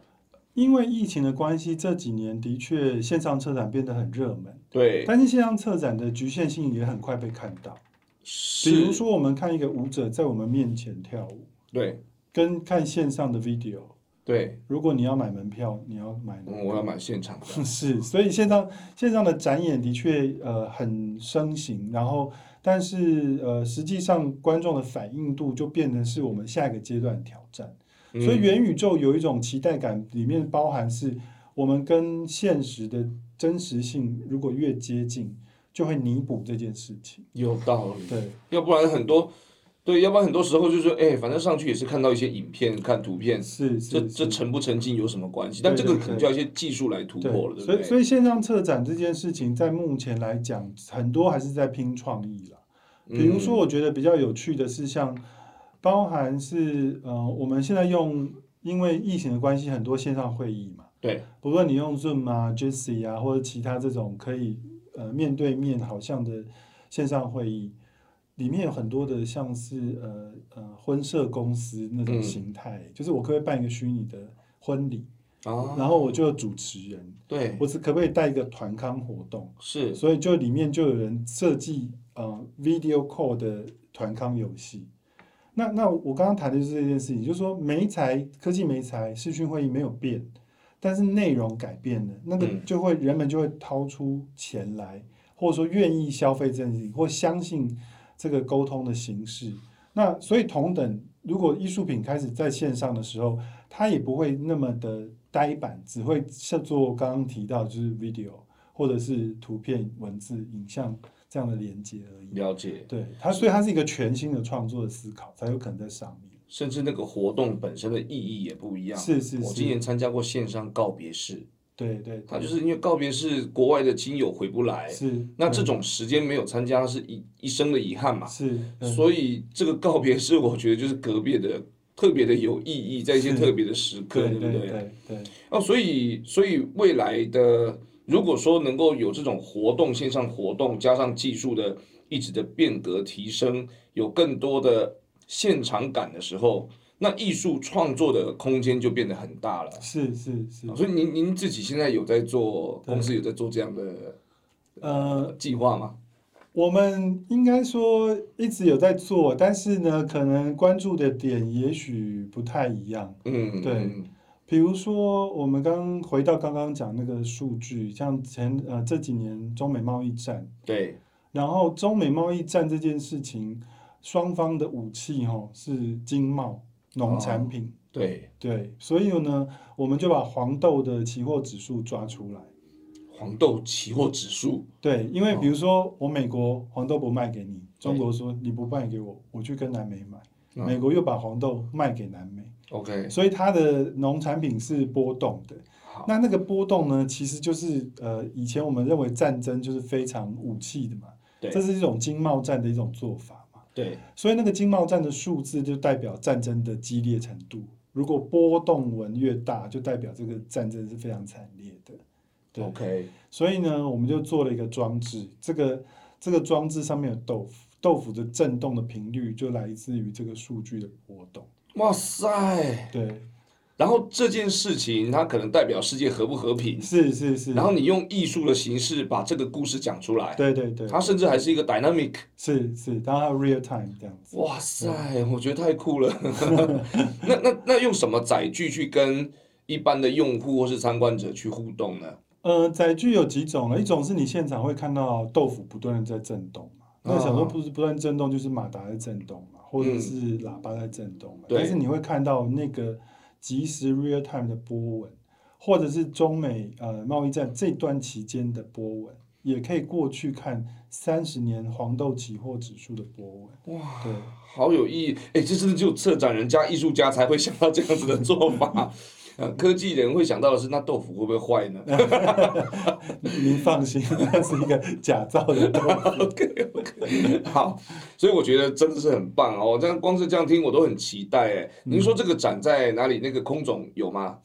[SPEAKER 3] 因为疫情的关系，这几年的确线上策展变得很热门，
[SPEAKER 1] 对，
[SPEAKER 3] 但是线上策展的局限性也很快被看到。
[SPEAKER 1] 是
[SPEAKER 3] 比如，说，我们看一个舞者在我们面前跳舞，
[SPEAKER 1] 对
[SPEAKER 3] 跟看线上的 video，
[SPEAKER 1] 对，
[SPEAKER 3] 如果你要买门票，你要买哪
[SPEAKER 1] 嗯我要买现场的，
[SPEAKER 3] 是，所以线上线上的展演的确呃很盛行，然后但是呃实际上观众的反应度就变成是我们下一个阶段的挑战。
[SPEAKER 1] 嗯
[SPEAKER 3] 所以元宇宙有一种期待感，里面包含是我们跟现实的真实性如果越接近，就会弥补这件事情。
[SPEAKER 1] 有道理。
[SPEAKER 3] 对
[SPEAKER 1] 要不然很多，对，要不然很多时候就是说，哎，反正上去也是看到一些影片、看图片，
[SPEAKER 3] 是是
[SPEAKER 1] 这
[SPEAKER 3] 是
[SPEAKER 1] 这沉不沉浸有什么关系？但
[SPEAKER 3] 对
[SPEAKER 1] 这个
[SPEAKER 3] 对
[SPEAKER 1] 可能
[SPEAKER 3] 对
[SPEAKER 1] 就要一些技术来突破了，对不
[SPEAKER 3] 所以
[SPEAKER 1] 对？
[SPEAKER 3] 所以线上策展这件事情，在目前来讲，很多还是在拼创意啦。比如说，
[SPEAKER 1] 嗯，
[SPEAKER 3] 我觉得比较有趣的是像，包含是呃，我们现在用因为疫情的关系，很多线上会议嘛，
[SPEAKER 1] 对，
[SPEAKER 3] 不论你用 Zoom 啊、Jesse 啊，或者其他这种可以呃面对面好像的线上会议，里面有很多的像是呃呃婚摄公司那种
[SPEAKER 1] 嗯
[SPEAKER 3] 形态，就是我可不可以办一个虚拟的婚礼，
[SPEAKER 1] 啊，
[SPEAKER 3] 然后我就有主持人，
[SPEAKER 1] 对，
[SPEAKER 3] 我只可不可以带一个团康活动？
[SPEAKER 1] 是，
[SPEAKER 3] 所以就里面就有人设计呃 video call 的团康游戏。那那我刚刚谈的就是这件事情，就是说媒材科技媒材视讯会议没有变，但是内容改变了，那个
[SPEAKER 1] 嗯
[SPEAKER 3] 就会、人们就会掏出钱来，或者说愿意消费这件事情，或相信这个沟通的形式。那所以同等，如果艺术品开始在线上的时候，它也不会那么的呆板，只会像做刚刚提到就是 video 或者是图片、文字、影像这样的连接而已。
[SPEAKER 1] 了解。
[SPEAKER 3] 对它，所以它是一个全新的创作的思考，才有可能在上面。
[SPEAKER 1] 甚至那个活动本身的意义也不一样。
[SPEAKER 3] 是是
[SPEAKER 1] 我
[SPEAKER 3] 是
[SPEAKER 1] 今年参加过线上告别式，
[SPEAKER 3] 对对，
[SPEAKER 1] 它就是因为告别式，国外的亲友回不来，
[SPEAKER 3] 是
[SPEAKER 1] 那这种时间没有参加是一一生的遗憾嘛。
[SPEAKER 3] 是嗯对
[SPEAKER 1] 所以这个告别式，我觉得就是格别的特别的有意义，在一些
[SPEAKER 3] 是
[SPEAKER 1] 特别的时刻，
[SPEAKER 3] 对
[SPEAKER 1] 对不
[SPEAKER 3] 对对对
[SPEAKER 1] 哦，所以所以未来的，如果说能够有这种活动，线上活动加上技术的一直的变革提升，有更多的现场感的时候，那艺术创作的空间就变得很大了。
[SPEAKER 3] 是是是，
[SPEAKER 1] 所以您您自己现在有在做，公司有在做这样的
[SPEAKER 3] 呃，
[SPEAKER 1] 计划吗？
[SPEAKER 3] 我们应该说一直有在做，但是呢，可能关注的点也许不太一样。
[SPEAKER 1] 嗯，
[SPEAKER 3] 对
[SPEAKER 1] 嗯
[SPEAKER 3] 比如说，我们刚回到刚刚讲那个数据，像前呃这几年中美贸易战，
[SPEAKER 1] 对，
[SPEAKER 3] 然后中美贸易战这件事情，双方的武器哦、是经贸农产品，
[SPEAKER 1] 对，
[SPEAKER 3] 对，所以呢，我们就把黄豆的期货指数抓出来，
[SPEAKER 1] 黄豆期货指数，
[SPEAKER 3] 对，因为
[SPEAKER 1] 哦
[SPEAKER 3] 比如说我美国黄豆不卖给你，中国说你不卖给我，我去跟南美买，
[SPEAKER 1] 嗯
[SPEAKER 3] 美国又把黄豆卖给南美，
[SPEAKER 1] OK，
[SPEAKER 3] 所以它的农产品是波动的。
[SPEAKER 1] 好，
[SPEAKER 3] 那那个波动呢，其实就是呃，以前我们认为战争就是非常武器的嘛，
[SPEAKER 1] 对
[SPEAKER 3] 这是一种经贸战的一种做法嘛。
[SPEAKER 1] 对，
[SPEAKER 3] 所以那个经贸战的数字就代表战争的激烈程度。如果波动纹越大，就代表这个战争是非常惨烈的。对
[SPEAKER 1] OK，
[SPEAKER 3] 所以呢，我们就做了一个装置，这个这个装置上面有豆腐，豆腐的震动的频率就来自于这个数据的波动。
[SPEAKER 1] 哇塞！
[SPEAKER 3] 对，
[SPEAKER 1] 然后这件事情它可能代表世界和不和平，
[SPEAKER 3] 是是是。
[SPEAKER 1] 然后你用艺术的形式把这个故事讲出来，
[SPEAKER 3] 对对对，
[SPEAKER 1] 它甚至还是一个 dynamic，
[SPEAKER 3] 是是，然后还有 real time 这样子。
[SPEAKER 1] 哇塞，
[SPEAKER 3] 嗯
[SPEAKER 1] 我觉得太酷 了。那那那用什么载具去跟一般的用户或是参观者去互动呢？
[SPEAKER 3] 呃，载具有几种了，一种是你现场会看到豆腐不断的在震动嘛，那想说不是不断震动就是马达在震动嘛，或者
[SPEAKER 1] 嗯
[SPEAKER 3] 是喇叭在震动嘛，
[SPEAKER 1] 对
[SPEAKER 3] 但是你会看到那个即时 real time 的波纹，或者是中美呃贸易战这段期间的波纹，也可以过去看三十年黄豆期货指数的波纹。哇，对。
[SPEAKER 1] 好有意义！哎，这真的只有策展人加艺术家才会想到这样子的做 法。呃，科技人会想到的是，那豆腐会不会坏呢
[SPEAKER 3] 您放心， 那是一个假造的豆腐。
[SPEAKER 1] ？OK OK，好，所以我觉得真的是很棒哦。这样光是这样听，我都很期待。哎，
[SPEAKER 3] 嗯
[SPEAKER 1] 您说这个展在哪里？那个空总有吗？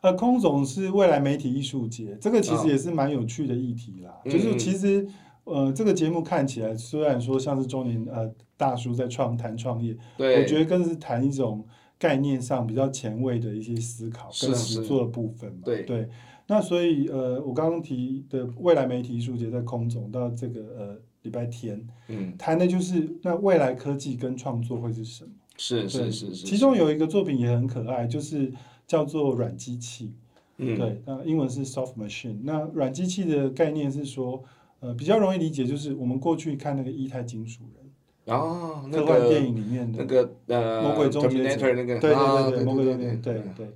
[SPEAKER 3] 呃，空总是未来媒体艺术节，这个其
[SPEAKER 1] 嗯
[SPEAKER 3] 实也是蛮有趣的议题啦。
[SPEAKER 1] 嗯
[SPEAKER 3] 就是
[SPEAKER 1] 嗯
[SPEAKER 3] 其实，呃，这个节目看起来虽然说像是中年呃大叔在创谈创业，
[SPEAKER 1] 对，
[SPEAKER 3] 我觉得更是谈一种概念上比较前卫的一些思考
[SPEAKER 1] 是啊
[SPEAKER 3] 跟
[SPEAKER 1] 是
[SPEAKER 3] 实
[SPEAKER 1] 啊
[SPEAKER 3] 做的部分嘛。
[SPEAKER 1] 对
[SPEAKER 3] 那所以呃，我刚刚提的未来媒体艺术节在空总到这个呃礼拜天
[SPEAKER 1] 嗯，
[SPEAKER 3] 谈的就是那未来科技跟创作会是什么。
[SPEAKER 1] 是
[SPEAKER 3] 对
[SPEAKER 1] 是是是，
[SPEAKER 3] 其中有一个作品也很可爱，就是叫做软机器。
[SPEAKER 1] 嗯，
[SPEAKER 3] 对，那英文是 soft machine。那软机器的概念是说，呃，比较容易理解，就是我们过去看那个液态金属人，
[SPEAKER 1] 然后哦那
[SPEAKER 3] 科幻电
[SPEAKER 1] 个
[SPEAKER 3] 影里面的
[SPEAKER 1] 那个呃，
[SPEAKER 3] 魔鬼终结者
[SPEAKER 1] Terminator 那个，
[SPEAKER 3] 对
[SPEAKER 1] 啊
[SPEAKER 3] 对对对，魔鬼
[SPEAKER 1] 对
[SPEAKER 3] 终结对对。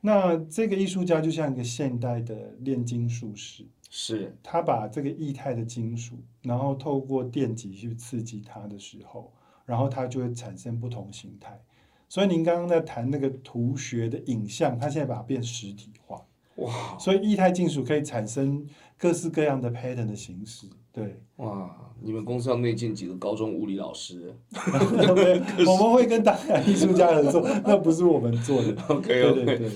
[SPEAKER 3] 那这个艺术家就像一个现代的炼金术士，
[SPEAKER 1] 是
[SPEAKER 3] 他把这个液态的金属，然后透过电极去刺激它的时候，然后它就会产生不同形态。所以您刚刚在谈那个图学的影像，它现在把它变实体化。
[SPEAKER 1] 哇
[SPEAKER 3] 所以液态金属可以产生各式各样的 pattern 的形式。对，
[SPEAKER 1] 哇，你们公司要内进几个高中物理老师
[SPEAKER 3] 我们会跟大家艺术家合作，那不是我们做的。
[SPEAKER 1] ？OK
[SPEAKER 3] 对
[SPEAKER 1] OK，
[SPEAKER 3] 对对，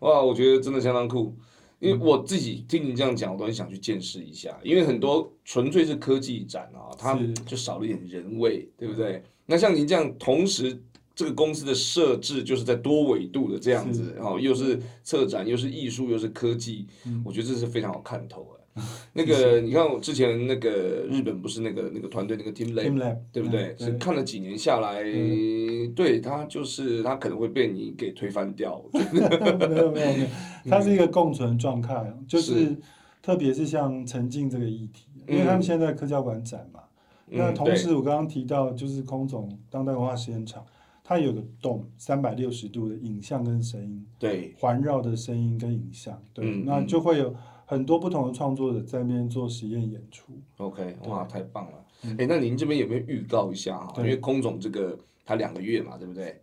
[SPEAKER 1] 哇，我觉得真的相当酷，因
[SPEAKER 3] 嗯
[SPEAKER 1] 为我自己听你这样讲，我都很想去见识一下，因为很多纯粹是科技展啊，它
[SPEAKER 3] 是嗯
[SPEAKER 1] 就少了一点人味，对不对？那像您这样，同时这个公司的设置就是在多维度的这样子，哦，又是策展，又是艺术，又是科技，
[SPEAKER 3] 嗯
[SPEAKER 1] 我觉得这是非常有看头 的。那个，你看我之前那个日本不是那个那个团队那个 Team Lab
[SPEAKER 3] Team Lab，
[SPEAKER 1] 对不对？
[SPEAKER 3] 嗯
[SPEAKER 1] 是看了几年下来，对他就是他可能会被你给推翻掉，我觉得
[SPEAKER 3] 没有没有 没有，它是一个共存状态，啊就是特别是像沉浸这个议题，因为他们现在科教馆展
[SPEAKER 1] 嗯
[SPEAKER 3] 嘛。那同
[SPEAKER 1] 对
[SPEAKER 3] 时，我刚刚提到就是空总当代文化实验场，它有个洞，三百六十度的影像跟声音，
[SPEAKER 1] 对。
[SPEAKER 3] 环绕的声音跟影像，对，
[SPEAKER 1] 嗯
[SPEAKER 3] 那
[SPEAKER 1] 嗯
[SPEAKER 3] 就会有很多不同的创作者在那边做实验演出。
[SPEAKER 1] OK，
[SPEAKER 3] 对嗯
[SPEAKER 1] 哇，太棒了！哎、那您这边有没有预告一下啊？因
[SPEAKER 3] 对
[SPEAKER 1] 为空总这个它两个月嘛，对不对？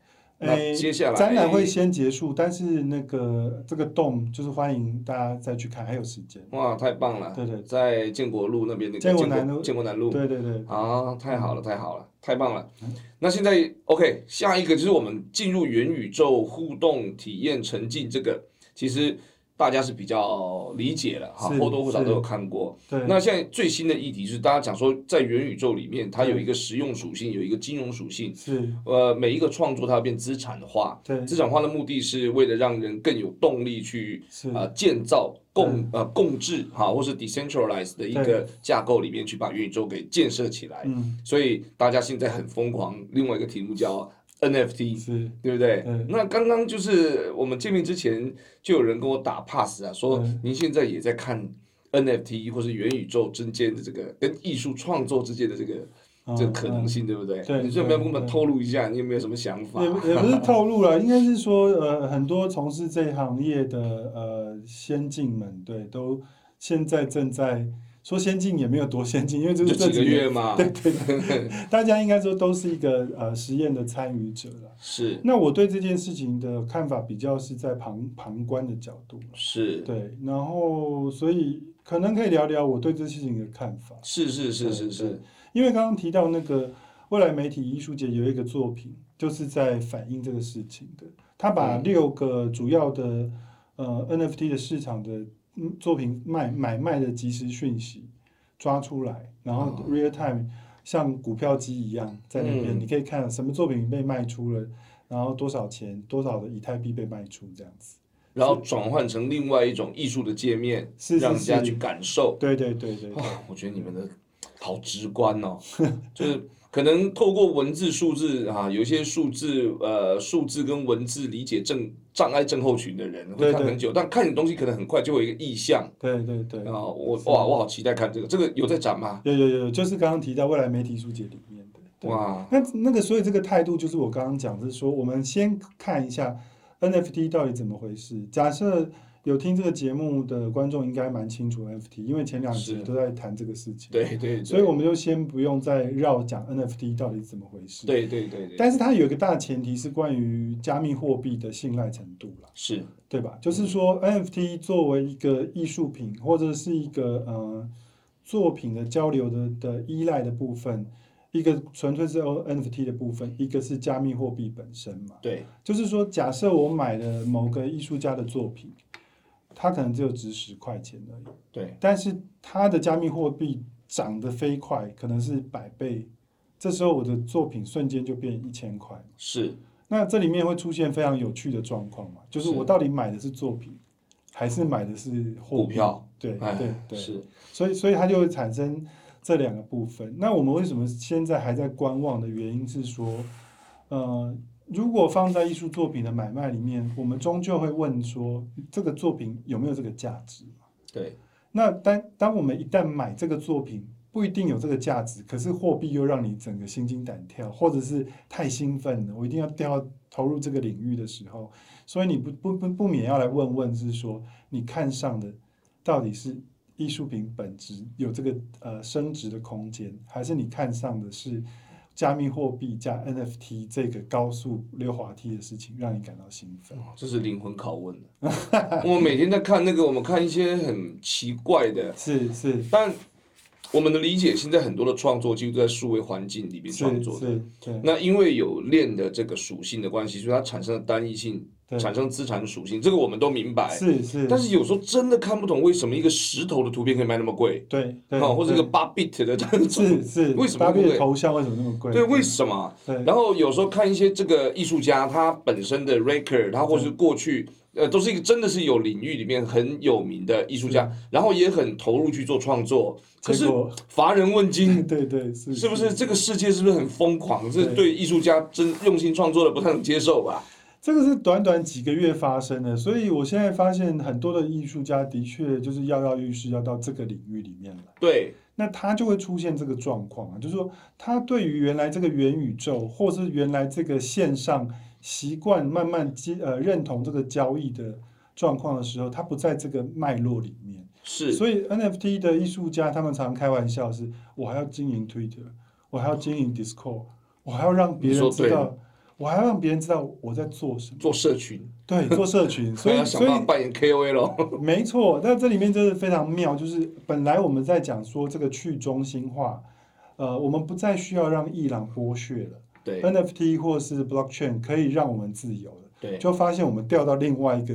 [SPEAKER 1] 那
[SPEAKER 3] 诶
[SPEAKER 1] 接下来
[SPEAKER 3] 展览会先结束，但是那个这个洞就是欢迎大家再去看，还有时间。
[SPEAKER 1] 哇，太棒了！
[SPEAKER 3] 对对
[SPEAKER 1] 在建国路那边那个
[SPEAKER 3] 建国南路
[SPEAKER 1] 建国南路
[SPEAKER 3] 对嗯对对，
[SPEAKER 1] 啊，太好了，太好了，太棒了！那现在 OK，下一个就是我们进入元宇宙互动体验沉浸这个，其实大家是比较理解了哈，
[SPEAKER 3] 是
[SPEAKER 1] 或多或少
[SPEAKER 3] 是
[SPEAKER 1] 都有看过。
[SPEAKER 3] 对，
[SPEAKER 1] 那现在最新的议题是，大家讲说在元宇宙里面，它有一个实用属性，有一个金融属性。
[SPEAKER 3] 是，
[SPEAKER 1] 呃，每一个创作它要变资产化，
[SPEAKER 3] 对
[SPEAKER 1] 资产化的目的是为了让人更有动力去
[SPEAKER 3] 是
[SPEAKER 1] 呃建造共呃共治哈，或是 decentralized 的一个
[SPEAKER 3] 对
[SPEAKER 1] 架构里面去把元宇宙给建设起来。
[SPEAKER 3] 嗯，
[SPEAKER 1] 所以大家现在很疯狂，另外一个题目叫 NFT。
[SPEAKER 3] 是，
[SPEAKER 1] 对不对？
[SPEAKER 3] 对
[SPEAKER 1] 那刚刚就是我们见面之前，就有人跟我打 pass 啊，说
[SPEAKER 3] 对
[SPEAKER 1] 您现在也在看 NFT 或是元宇宙之间的这个跟艺术创作之间的这个
[SPEAKER 3] 嗯
[SPEAKER 1] 这个可能性，对不对？
[SPEAKER 3] 对
[SPEAKER 1] 你这边给我们
[SPEAKER 3] 对
[SPEAKER 1] 透露一下，你有没有什么想法
[SPEAKER 3] 也？也不是透露了，应该是说，呃，很多从事这一行业的呃先进们，对，都现在正在说先进也没有多先进，因为这
[SPEAKER 1] 就是
[SPEAKER 3] 这
[SPEAKER 1] 几个
[SPEAKER 3] 年
[SPEAKER 1] 月嘛，
[SPEAKER 3] 对对对，大家应该说都是一个呃实验的参与者了。
[SPEAKER 1] 是
[SPEAKER 3] 那我对这件事情的看法比较是在旁旁观的角度，
[SPEAKER 1] 是
[SPEAKER 3] 对，然后所以可能可以聊聊我对这事情的看法，
[SPEAKER 1] 是是是是
[SPEAKER 3] 对
[SPEAKER 1] 是，
[SPEAKER 3] 因为刚刚提到那个未来媒体艺术节有一个作品，就是在反映这个事情的，他把
[SPEAKER 1] 嗯
[SPEAKER 3] 六个主要的呃 NFT 的市场的嗯作品卖买卖的即时讯息抓出来，然后
[SPEAKER 1] 哦
[SPEAKER 3] real time 像股票机一样在那边，
[SPEAKER 1] 嗯
[SPEAKER 3] 你可以看什么作品被卖出了。然后多少钱，多少的以太币被卖出，这样子。
[SPEAKER 1] 然后转换成另外一种艺术的界面，
[SPEAKER 3] 是是
[SPEAKER 1] 让人家
[SPEAKER 3] 是
[SPEAKER 1] 去感受。
[SPEAKER 3] 对对对对对
[SPEAKER 1] 啊，我觉得你们的好直观哦， 就是可能透过文字、数字啊，有一些数字呃，数字跟文字理解症障碍症候群的人会
[SPEAKER 3] 对
[SPEAKER 1] 看
[SPEAKER 3] 对
[SPEAKER 1] 很久，但看你东西可能很快就会有一个意向
[SPEAKER 3] 对对对。
[SPEAKER 1] 啊。我哇，我好期待看这个，这个有在展吗？
[SPEAKER 3] 有有有，就是刚刚提到未来媒体书节里面的。对，
[SPEAKER 1] 哇，
[SPEAKER 3] 那那个所以这个态度就是我刚刚讲，就是说我们先看一下 NFT 到底怎么回事。假设有听这个节目的观众应该蛮清楚 NFT，因为前两集
[SPEAKER 1] 是
[SPEAKER 3] 都在谈这个事情。，
[SPEAKER 1] 对对，
[SPEAKER 3] 所以我们就先不用再绕讲 NFT 到底怎么回事。，
[SPEAKER 1] 对对对对对，
[SPEAKER 3] 但是它有一个大前提是关于加密货币的信赖程度啦。
[SPEAKER 1] 是
[SPEAKER 3] 对吧？就是说，NFT 作为一个艺术品或者是一个呃作品的交流的的依赖的部分，一个纯粹是 NFT 的部分，一个是加密货币本身嘛。
[SPEAKER 1] 对
[SPEAKER 3] 就是说，假设我买了某个艺术家的作品，它可能只有值十块钱而已，
[SPEAKER 1] 对
[SPEAKER 3] 但是它的加密货币涨得飞快，可能是百倍，这时候我的作品瞬间就变一千块。
[SPEAKER 1] 是
[SPEAKER 3] 那这里面会出现非常有趣的状况嘛，就是
[SPEAKER 1] 是
[SPEAKER 3] 我到底买的是作品，还是买的是货币
[SPEAKER 1] 股票？
[SPEAKER 3] 对
[SPEAKER 1] 哎
[SPEAKER 3] 对对，
[SPEAKER 1] 是
[SPEAKER 3] 所以所以它就会产生这两个部分。那我们为什么现在还在观望的原因是说，呃，如果放在艺术作品的买卖里面，我们终究会问说，这个作品有没有这个价值？
[SPEAKER 1] 对
[SPEAKER 3] 那当当我们一旦买这个作品，不一定有这个价值，可是货币又让你整个心惊胆跳，或者是太兴奋了，我一定要掉到投入这个领域的时候，所以你不不不不免要来问问，是说你看上的到底是艺术品本质有这个呃升值的空间，还是你看上的是加密货币加 NFT 这个高速溜滑梯的事情，让你感到兴奋？
[SPEAKER 1] 哦这是灵魂拷问 的。我每天在看那个，我们看一些很奇怪的，
[SPEAKER 3] 是是
[SPEAKER 1] 但我们的理解，现在很多的创作几乎都在数位环境里面创
[SPEAKER 3] 是
[SPEAKER 1] 作的。
[SPEAKER 3] 是，对
[SPEAKER 1] 那因为有链的这个属性的关系，所以它产生了单一性，
[SPEAKER 3] 对
[SPEAKER 1] 产生资产属性，这个我们都明白。
[SPEAKER 3] 是是，
[SPEAKER 1] 但是有时候真的看不懂为什么一个石头的图片可以卖那么贵，
[SPEAKER 3] 对对，
[SPEAKER 1] 哦，或者一个
[SPEAKER 3] 对
[SPEAKER 1] 八 bit 的这样
[SPEAKER 3] 是
[SPEAKER 1] 子，
[SPEAKER 3] 是，
[SPEAKER 1] 为什么
[SPEAKER 3] 搭
[SPEAKER 1] 那么
[SPEAKER 3] 配
[SPEAKER 1] 贵
[SPEAKER 3] 的头像为什么那么贵？
[SPEAKER 1] 对，为什么？
[SPEAKER 3] 对
[SPEAKER 1] 然后有时候看一些这个艺术家，他本身的 record，他或是过去，呃，都是一个真的是有领域里面很有名的艺术家，然后也很投入去做创作，可是
[SPEAKER 3] 嗯结果，
[SPEAKER 1] 乏人问津
[SPEAKER 3] 对对是
[SPEAKER 1] 是不是？这个世界是不是很疯狂？这
[SPEAKER 3] 嗯对
[SPEAKER 1] 对艺术家真用心创作的不太能接受吧？
[SPEAKER 3] 这个是短短几个月发生的，所以我现在发现很多的艺术家的确就是跃跃欲试，要到这个领域里面来。
[SPEAKER 1] 对，
[SPEAKER 3] 那他就会出现这个状况啊，就是说他对于原来这个元宇宙，或是原来这个线上习惯慢慢接呃认同这个交易的状况的时候，他不在这个脉络里面。
[SPEAKER 1] 是
[SPEAKER 3] 所以 NFT 的艺术家他们常开玩笑是，我还要经营 Twitter，我还要经营 Discord，我还要让别
[SPEAKER 1] 你说
[SPEAKER 3] 人
[SPEAKER 1] 对
[SPEAKER 3] 知
[SPEAKER 1] 了
[SPEAKER 3] 道，我还要让别人知道我在做什么。
[SPEAKER 1] 做社群，
[SPEAKER 3] 对，做 社群，所
[SPEAKER 1] 所以
[SPEAKER 3] 以
[SPEAKER 1] 要想
[SPEAKER 3] 所
[SPEAKER 1] 办
[SPEAKER 3] 以
[SPEAKER 1] 法扮演 KOL 咯
[SPEAKER 3] 没错，那这里面真的非常妙，就是本来我们在讲说这个去中心化，呃，我们不再需要让伊朗剥削了
[SPEAKER 1] 对
[SPEAKER 3] ，NFT 或是 blockchain 可以让我们自由了，
[SPEAKER 1] 对，
[SPEAKER 3] 就发现我们掉到另外一个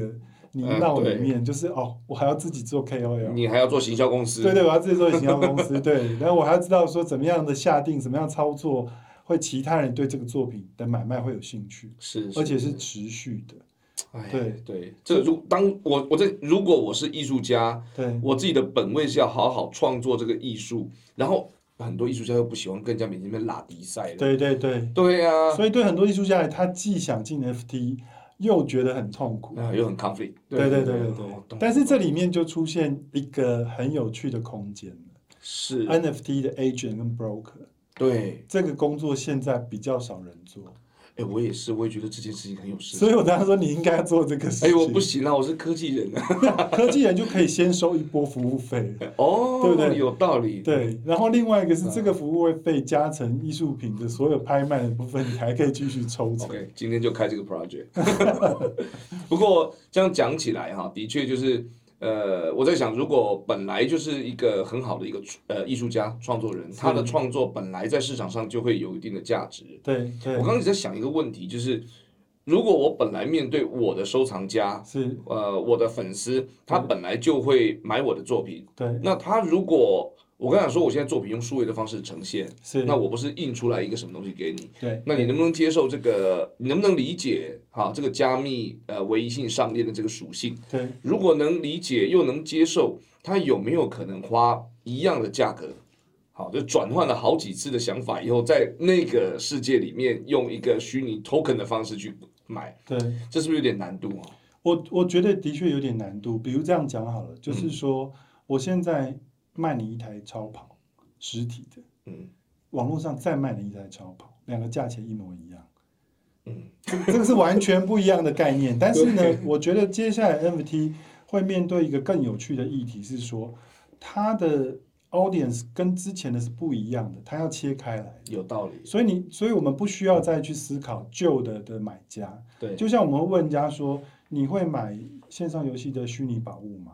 [SPEAKER 3] 泥
[SPEAKER 1] 嗯
[SPEAKER 3] 淖
[SPEAKER 1] 对
[SPEAKER 3] 里面，就是哦，我还要自己做 KOL。
[SPEAKER 1] 你还要做行销公司，
[SPEAKER 3] 对对，我要自己做行销公 司，对，然后我还要知道说怎么样的下定，怎么样操作，会其他人对这个作品的买卖会有兴趣，
[SPEAKER 1] 是，
[SPEAKER 3] 而且是持续的，
[SPEAKER 1] 哎
[SPEAKER 3] 对
[SPEAKER 1] 对，这个如当我我在如果我是艺术家，
[SPEAKER 3] 对，
[SPEAKER 1] 我自己的本位是要好好创作这个艺术，然后很多艺术家又不喜欢跟人家每天在那边拉迪赛的，
[SPEAKER 3] 对对对，
[SPEAKER 1] 对呀、啊，
[SPEAKER 3] 所以对很多艺术家来，他既想进 FT，又觉得很痛苦，
[SPEAKER 1] 啊又很 conflict，
[SPEAKER 3] 对对
[SPEAKER 1] 对
[SPEAKER 3] 对对
[SPEAKER 1] 我
[SPEAKER 3] 对
[SPEAKER 1] 懂。
[SPEAKER 3] 但是这里面就出现一个很有趣的空间了
[SPEAKER 1] 是，
[SPEAKER 3] ，NFT 的 agent 跟 broker
[SPEAKER 1] 对，
[SPEAKER 3] 这个工作现在比较少人做，
[SPEAKER 1] 哎，我也是，我也觉得这件事情很有市
[SPEAKER 3] 所
[SPEAKER 1] 场。
[SPEAKER 3] 以我当时说你应该做这个事情。
[SPEAKER 1] 哎，我不行了，我是科技人啊。
[SPEAKER 3] 科技人就可以先收一波服务费。
[SPEAKER 1] 哦，
[SPEAKER 3] 对不对
[SPEAKER 1] 有道理。
[SPEAKER 3] 对，然后另外一个是这
[SPEAKER 1] 嗯
[SPEAKER 3] 个服务费加成艺术品的所有拍卖的部分，你还可以继续抽成。
[SPEAKER 1] OK，今天就开这个 project。不过这样讲起来哈，的确就是，呃，我在想，如果本来就是一个很好的一个呃艺术家、创作人，他的创作本来在市场上就会有一定的价值。
[SPEAKER 3] 对对
[SPEAKER 1] 我，刚开始在想一个问题，就是如果我本来面对我的收藏家，
[SPEAKER 3] 是，
[SPEAKER 1] 呃，我的粉丝，他本来就会买我的作品，
[SPEAKER 3] 对
[SPEAKER 1] 那他如果我刚才说我现在作品用数位的方式呈现，
[SPEAKER 3] 是，
[SPEAKER 1] 那我不是印出来一个什么东西给你？
[SPEAKER 3] 对
[SPEAKER 1] 那你能不能接受这个？你能不能理解哈这个加密呃唯一性上链的这个属性？
[SPEAKER 3] 对
[SPEAKER 1] 如果能理解又能接受，他有没有可能花一样的价格？好，就转换了好几次的想法以后，在那个世界里面用一个虚拟 token 的方式去买，
[SPEAKER 3] 对，
[SPEAKER 1] 这是不是有点难度啊？
[SPEAKER 3] 我我觉得的确有点难度。比如这样讲好了，就是
[SPEAKER 1] 嗯
[SPEAKER 3] 说我现在卖你一台超跑，实体的，
[SPEAKER 1] 嗯
[SPEAKER 3] 网络上再卖你一台超跑，两个价钱一模一样。
[SPEAKER 1] 嗯，
[SPEAKER 3] 这 这个是完全不一样的概念。但是呢，我觉得接下来 NFT 会面对一个更有趣的议题，是说它的 audience 跟之前的是不一样的，它要切开来。
[SPEAKER 1] 有道理。
[SPEAKER 3] 所以你，所以我们不需要再去思考旧的的买家。
[SPEAKER 1] 对，
[SPEAKER 3] 就像我们会问人家说，你会买线上游戏的虚拟宝物吗？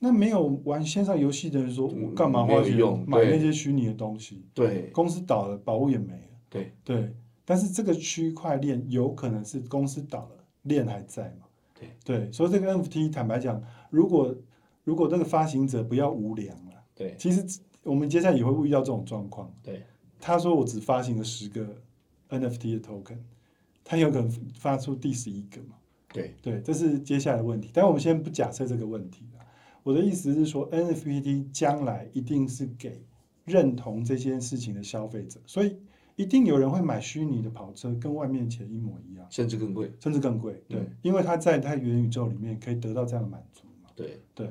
[SPEAKER 3] 那没有玩线上游戏的人说，
[SPEAKER 1] 嗯
[SPEAKER 3] 我干嘛
[SPEAKER 1] 没有
[SPEAKER 3] 花钱
[SPEAKER 1] 用
[SPEAKER 3] 买
[SPEAKER 1] 对
[SPEAKER 3] 那些虚拟的东西？
[SPEAKER 1] 对
[SPEAKER 3] 公司倒了，宝物也没了。
[SPEAKER 1] 对
[SPEAKER 3] 对，但是这个区块链有可能是公司倒了，链还在嘛？
[SPEAKER 1] 对
[SPEAKER 3] 对，所以这个 NFT 坦白讲，如果如果这个发行者不要无良了，
[SPEAKER 1] 对
[SPEAKER 3] 其实我们接下来也会遇到这种状况。
[SPEAKER 1] 对，
[SPEAKER 3] 他说我只发行了十个 NFT 的 token，他有可能发出第十一个嘛？
[SPEAKER 1] 对
[SPEAKER 3] 对，这是接下来的问题。但我们先不假设这个问题啦我的意思是说，NFT 将来一定是给认同这件事情的消费者，所以一定有人会买虚拟的跑车，跟外面钱一模一样，
[SPEAKER 1] 甚至更贵。
[SPEAKER 3] 甚至更贵。对，
[SPEAKER 1] 嗯
[SPEAKER 3] 因为他在他元宇宙里面可以得到这样的满足嘛。
[SPEAKER 1] 对，
[SPEAKER 3] 对，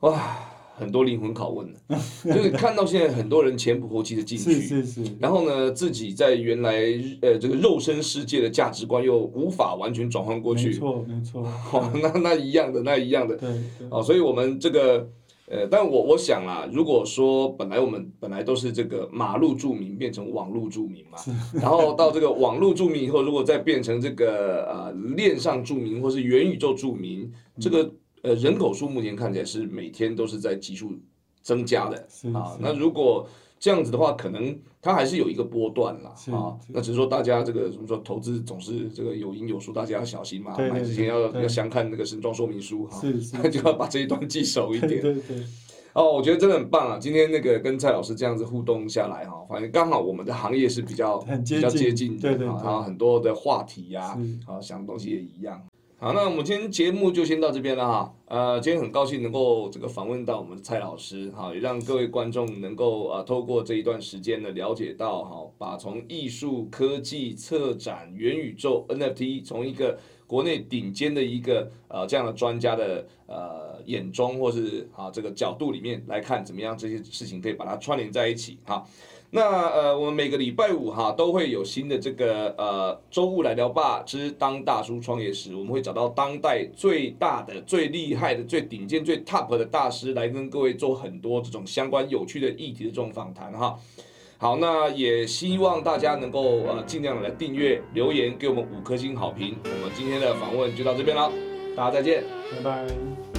[SPEAKER 1] 哇，很多灵魂拷问呢， 就是看到现在很多人前仆后继的进去，
[SPEAKER 3] 是是是，
[SPEAKER 1] 然后呢，自己在原来呃这个肉身世界的价值观又无法完全转换过
[SPEAKER 3] 没
[SPEAKER 1] 去，
[SPEAKER 3] 错没错，
[SPEAKER 1] 哦，那那一样的，那一样的，
[SPEAKER 3] 对对
[SPEAKER 1] 哦，所以我们这个呃，但我我想啦，如果说本来我们本来都是这个马路著名变成网路著名嘛，然后到这个网路著名以后，如果再变成这个呃链上著名或是元宇宙著名，这
[SPEAKER 3] 嗯
[SPEAKER 1] 个呃人口数目前看起来是每天都是在急速增加的
[SPEAKER 3] 是
[SPEAKER 1] 啊
[SPEAKER 3] 是。
[SPEAKER 1] 那如果这样子的话，可能它还是有一个波段啦
[SPEAKER 3] 是
[SPEAKER 1] 啊。
[SPEAKER 3] 是
[SPEAKER 1] 那只是说大家这个怎么说，投资总是这个有赢有输，大家要小心嘛。
[SPEAKER 3] 对
[SPEAKER 1] 买
[SPEAKER 3] 对
[SPEAKER 1] 之
[SPEAKER 3] 对
[SPEAKER 1] 前要
[SPEAKER 3] 对
[SPEAKER 1] 要详看那个形状说明书哈。
[SPEAKER 3] 是是
[SPEAKER 1] 那就要把这一段记熟一
[SPEAKER 3] 对
[SPEAKER 1] 点。
[SPEAKER 3] 对对，
[SPEAKER 1] 哦，我觉得真的很棒啊！今天那个跟蔡老师这样子互动下来哈、反正刚好我们的行业是比较
[SPEAKER 3] 很接
[SPEAKER 1] 比较
[SPEAKER 3] 近
[SPEAKER 1] 接近的，
[SPEAKER 3] 对对
[SPEAKER 1] 啊
[SPEAKER 3] 对
[SPEAKER 1] 然后很多的话题呀、啊
[SPEAKER 3] 是，
[SPEAKER 1] 想的东西也一样。好，那我们今天节目就先到这边了哈。呃，今天很高兴能够这个访问到我们的蔡老师哈，也让各位观众能够啊、呃透过这一段时间呢了解到哈，把从艺术、科技、策展、元宇宙、NFT 从一个国内顶尖的一个呃这样的专家的呃眼中或是啊这个角度里面来看，怎么样这些事情可以把它串联在一起哈。那呃，我们每个礼拜五哈都会有新的这个呃周五来聊吧之当大叔创业史，我们会找到当代最大的、最厉害的、最顶尖、最 top 的大师来跟各位做很多这种相关有趣的议题的这种访谈哈。好，那也希望大家能够呃尽量的来订阅、留言，给我们五颗星好评。我们今天的访问就到这边了，大家再见。
[SPEAKER 3] 拜拜。